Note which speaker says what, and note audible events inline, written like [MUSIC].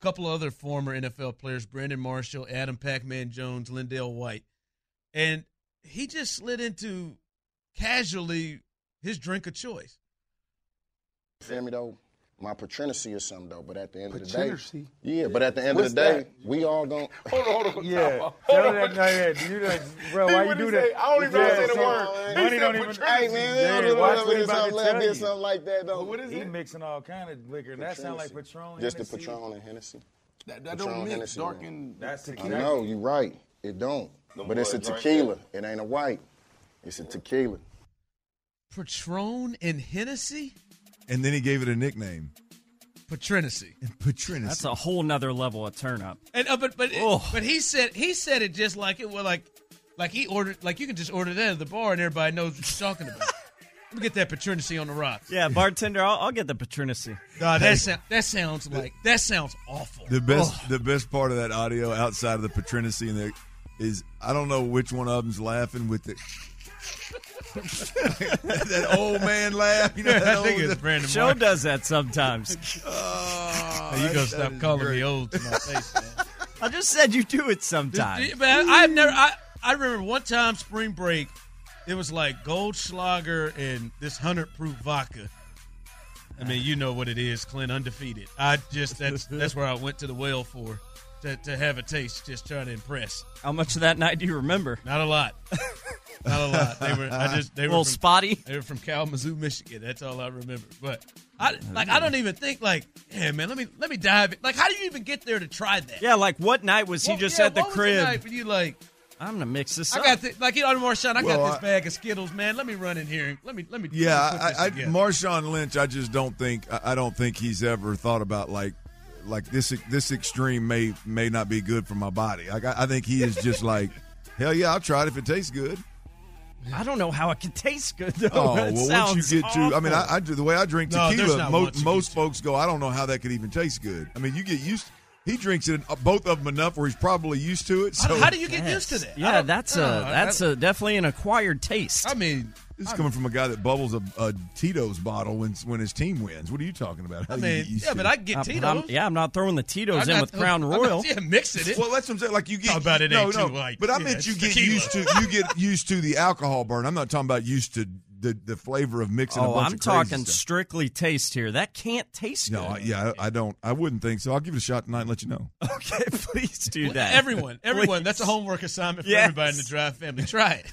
Speaker 1: couple of other former NFL players, Brandon Marshall, Adam Pac-Man Jones, Lindell White. And he just slid into casually his drink of choice.
Speaker 2: Feel me though? My patrinacy or something though. But at the end of the
Speaker 3: Patrinacy?
Speaker 2: day, yeah. But at the end
Speaker 3: What's
Speaker 2: of the day,
Speaker 3: that?
Speaker 2: we all going
Speaker 4: [LAUGHS] Hold on, hold on.
Speaker 3: Yeah.
Speaker 4: Hold
Speaker 3: Tell
Speaker 4: on.
Speaker 3: that, no, yeah. You
Speaker 4: [LAUGHS]
Speaker 3: that, bro, why you
Speaker 4: wouldn't
Speaker 3: do
Speaker 4: say-
Speaker 3: that?
Speaker 4: I don't even
Speaker 3: Yeah,
Speaker 4: know how to say the
Speaker 3: so-
Speaker 4: word. He
Speaker 3: Money
Speaker 4: said
Speaker 3: don't even.
Speaker 4: Patrizzi. Hey,
Speaker 2: man,
Speaker 3: Yeah,
Speaker 2: I don't know
Speaker 3: watch
Speaker 2: whether
Speaker 3: what he
Speaker 2: it's
Speaker 3: about
Speaker 2: on
Speaker 3: to
Speaker 2: left,
Speaker 3: tell
Speaker 2: it's
Speaker 3: you.
Speaker 2: something like that though.
Speaker 4: What is
Speaker 3: He
Speaker 4: it?
Speaker 3: mixing all kind of liquor, and that sound like
Speaker 2: Patrinacy.
Speaker 3: Patron.
Speaker 2: Just the
Speaker 3: Hennessy.
Speaker 2: Patron and Hennessy.
Speaker 4: That, that
Speaker 2: Patron
Speaker 4: don't mix
Speaker 2: Hennessy,
Speaker 4: dark
Speaker 2: man.
Speaker 4: and
Speaker 3: That's the
Speaker 2: I
Speaker 3: key.
Speaker 2: know you right. It don't.
Speaker 4: Them
Speaker 2: but it's a
Speaker 4: boys right
Speaker 2: tequila. It ain't a white. It's a tequila.
Speaker 1: Patron and Hennessy?
Speaker 5: And then he gave it a nickname,
Speaker 1: Patrinacy.
Speaker 5: Patrinus.
Speaker 6: That's a whole nother level of turn up.
Speaker 1: And uh, but but
Speaker 6: Oh.
Speaker 1: but he said he said it just like it was like like he ordered like you can just order that at the bar and everybody knows what you're
Speaker 5: [LAUGHS]
Speaker 1: talking about. Let me get that patrinacy on the rocks.
Speaker 6: Yeah, bartender, I'll, I'll get the patrinacy.
Speaker 1: Nah, that sound, that sounds like that sounds awful.
Speaker 5: The best,
Speaker 1: Ugh.
Speaker 5: the best part of that audio outside of the patrinacy and the is I don't know which one of them's laughing with the [LAUGHS] that old man laugh. You know, that
Speaker 1: Oh. [LAUGHS] I
Speaker 5: [LAUGHS]
Speaker 1: think
Speaker 5: old-
Speaker 1: it's Brandon.
Speaker 6: Joe
Speaker 1: Marshall.
Speaker 6: does that sometimes.
Speaker 5: Oh,
Speaker 1: Hey, you
Speaker 5: that-
Speaker 1: gonna
Speaker 5: that
Speaker 1: stop
Speaker 5: is
Speaker 1: calling
Speaker 5: great.
Speaker 1: me old to my face, man.
Speaker 5: [LAUGHS]
Speaker 6: I just said you do it
Speaker 1: Dude,
Speaker 6: sometimes.
Speaker 1: man, I've never. I, I remember one time spring break, it was like Goldschlager and this hundred proof vodka. I mean, you know what it is, Clint undefeated. I just that's that's where I went to the well for to, to have a taste, just trying to impress.
Speaker 6: How much of that night do you remember?
Speaker 1: Not a lot, not a lot. They were I just they were
Speaker 6: little
Speaker 1: from-
Speaker 6: spotty.
Speaker 1: they were from Kalamazoo, Michigan. That's all I remember. But I like I don't even think like yeah man. Let me let me dive. in. Like how do you even get there to try that?
Speaker 6: Yeah, like what night was he
Speaker 1: What-
Speaker 6: just
Speaker 1: yeah,
Speaker 6: at the
Speaker 1: what was
Speaker 6: crib?
Speaker 1: night when you like
Speaker 6: I'm gonna mix this
Speaker 1: I
Speaker 6: up.
Speaker 1: got the, like you know, Marshawn. I
Speaker 5: Well,
Speaker 1: got
Speaker 5: I-
Speaker 1: this bag of Skittles, man. Let me run in here. and Let me let me.
Speaker 5: Yeah,
Speaker 1: let me put this
Speaker 5: I, I,
Speaker 1: together.
Speaker 5: Marshawn Lynch. I just don't think I I don't think he's ever thought about like like this this extreme may may not be good for my body. Like I, I think he is just like hell yeah, I'll try it if it tastes good.
Speaker 6: I don't know how it could taste good though.
Speaker 5: [LAUGHS] Oh
Speaker 6: [LAUGHS] That
Speaker 5: well,
Speaker 6: sounds
Speaker 5: once you get to, I mean,
Speaker 6: awful.
Speaker 5: I, I do- the way I drink
Speaker 1: No, there's
Speaker 5: tequila,
Speaker 1: not
Speaker 5: mo-
Speaker 1: once you
Speaker 5: most
Speaker 1: get to.
Speaker 5: folks go, I don't know how that could even taste good. I mean, you get used. He drinks it uh, both of them enough where he's probably used to it. So
Speaker 1: How,
Speaker 5: [LAUGHS]
Speaker 1: how do you get
Speaker 6: Yes.
Speaker 1: used to that? I
Speaker 6: Yeah,
Speaker 1: don't-
Speaker 6: that's a
Speaker 1: no, I-
Speaker 6: that's a definitely an acquired taste.
Speaker 1: I mean,
Speaker 5: This is coming from a guy that bubbles a, a Tito's bottle when when his team wins. What are you talking about? How
Speaker 1: I
Speaker 5: do you
Speaker 1: mean,
Speaker 5: get used
Speaker 1: yeah,
Speaker 5: to
Speaker 1: but
Speaker 5: it?
Speaker 1: I get
Speaker 6: I'm-
Speaker 1: Tito's.
Speaker 6: Uh, I'm- yeah, I'm not throwing the Tito's
Speaker 1: I'm
Speaker 6: in
Speaker 1: not-
Speaker 6: with
Speaker 1: [LAUGHS]
Speaker 6: Crown
Speaker 1: I'm
Speaker 6: Royal.
Speaker 1: Not, yeah, mixing it.
Speaker 5: Well, that's what I'm saying. Like you get
Speaker 1: Talk about it
Speaker 5: no,
Speaker 1: ain't
Speaker 5: no,
Speaker 1: too light.
Speaker 5: But I
Speaker 1: Yeah,
Speaker 5: meant
Speaker 1: it's
Speaker 5: you get
Speaker 1: tequila.
Speaker 5: used to you get used to the alcohol burn. I'm not talking about used to the, the flavor of mixing. a
Speaker 6: oh,
Speaker 5: bunch
Speaker 6: I'm
Speaker 5: of crazy
Speaker 6: talking
Speaker 5: stuff.
Speaker 6: strictly taste here. That can't taste
Speaker 5: No,
Speaker 6: good.
Speaker 5: I, yeah, I, I don't. I wouldn't think so. I'll give it a shot tonight and let you know.
Speaker 6: [LAUGHS] Okay, please do
Speaker 1: Well,
Speaker 6: that.
Speaker 1: Everyone, everyone.
Speaker 6: [LAUGHS] Please.
Speaker 1: That's a homework assignment for
Speaker 6: Yes.
Speaker 1: everybody in the drive family. Try it.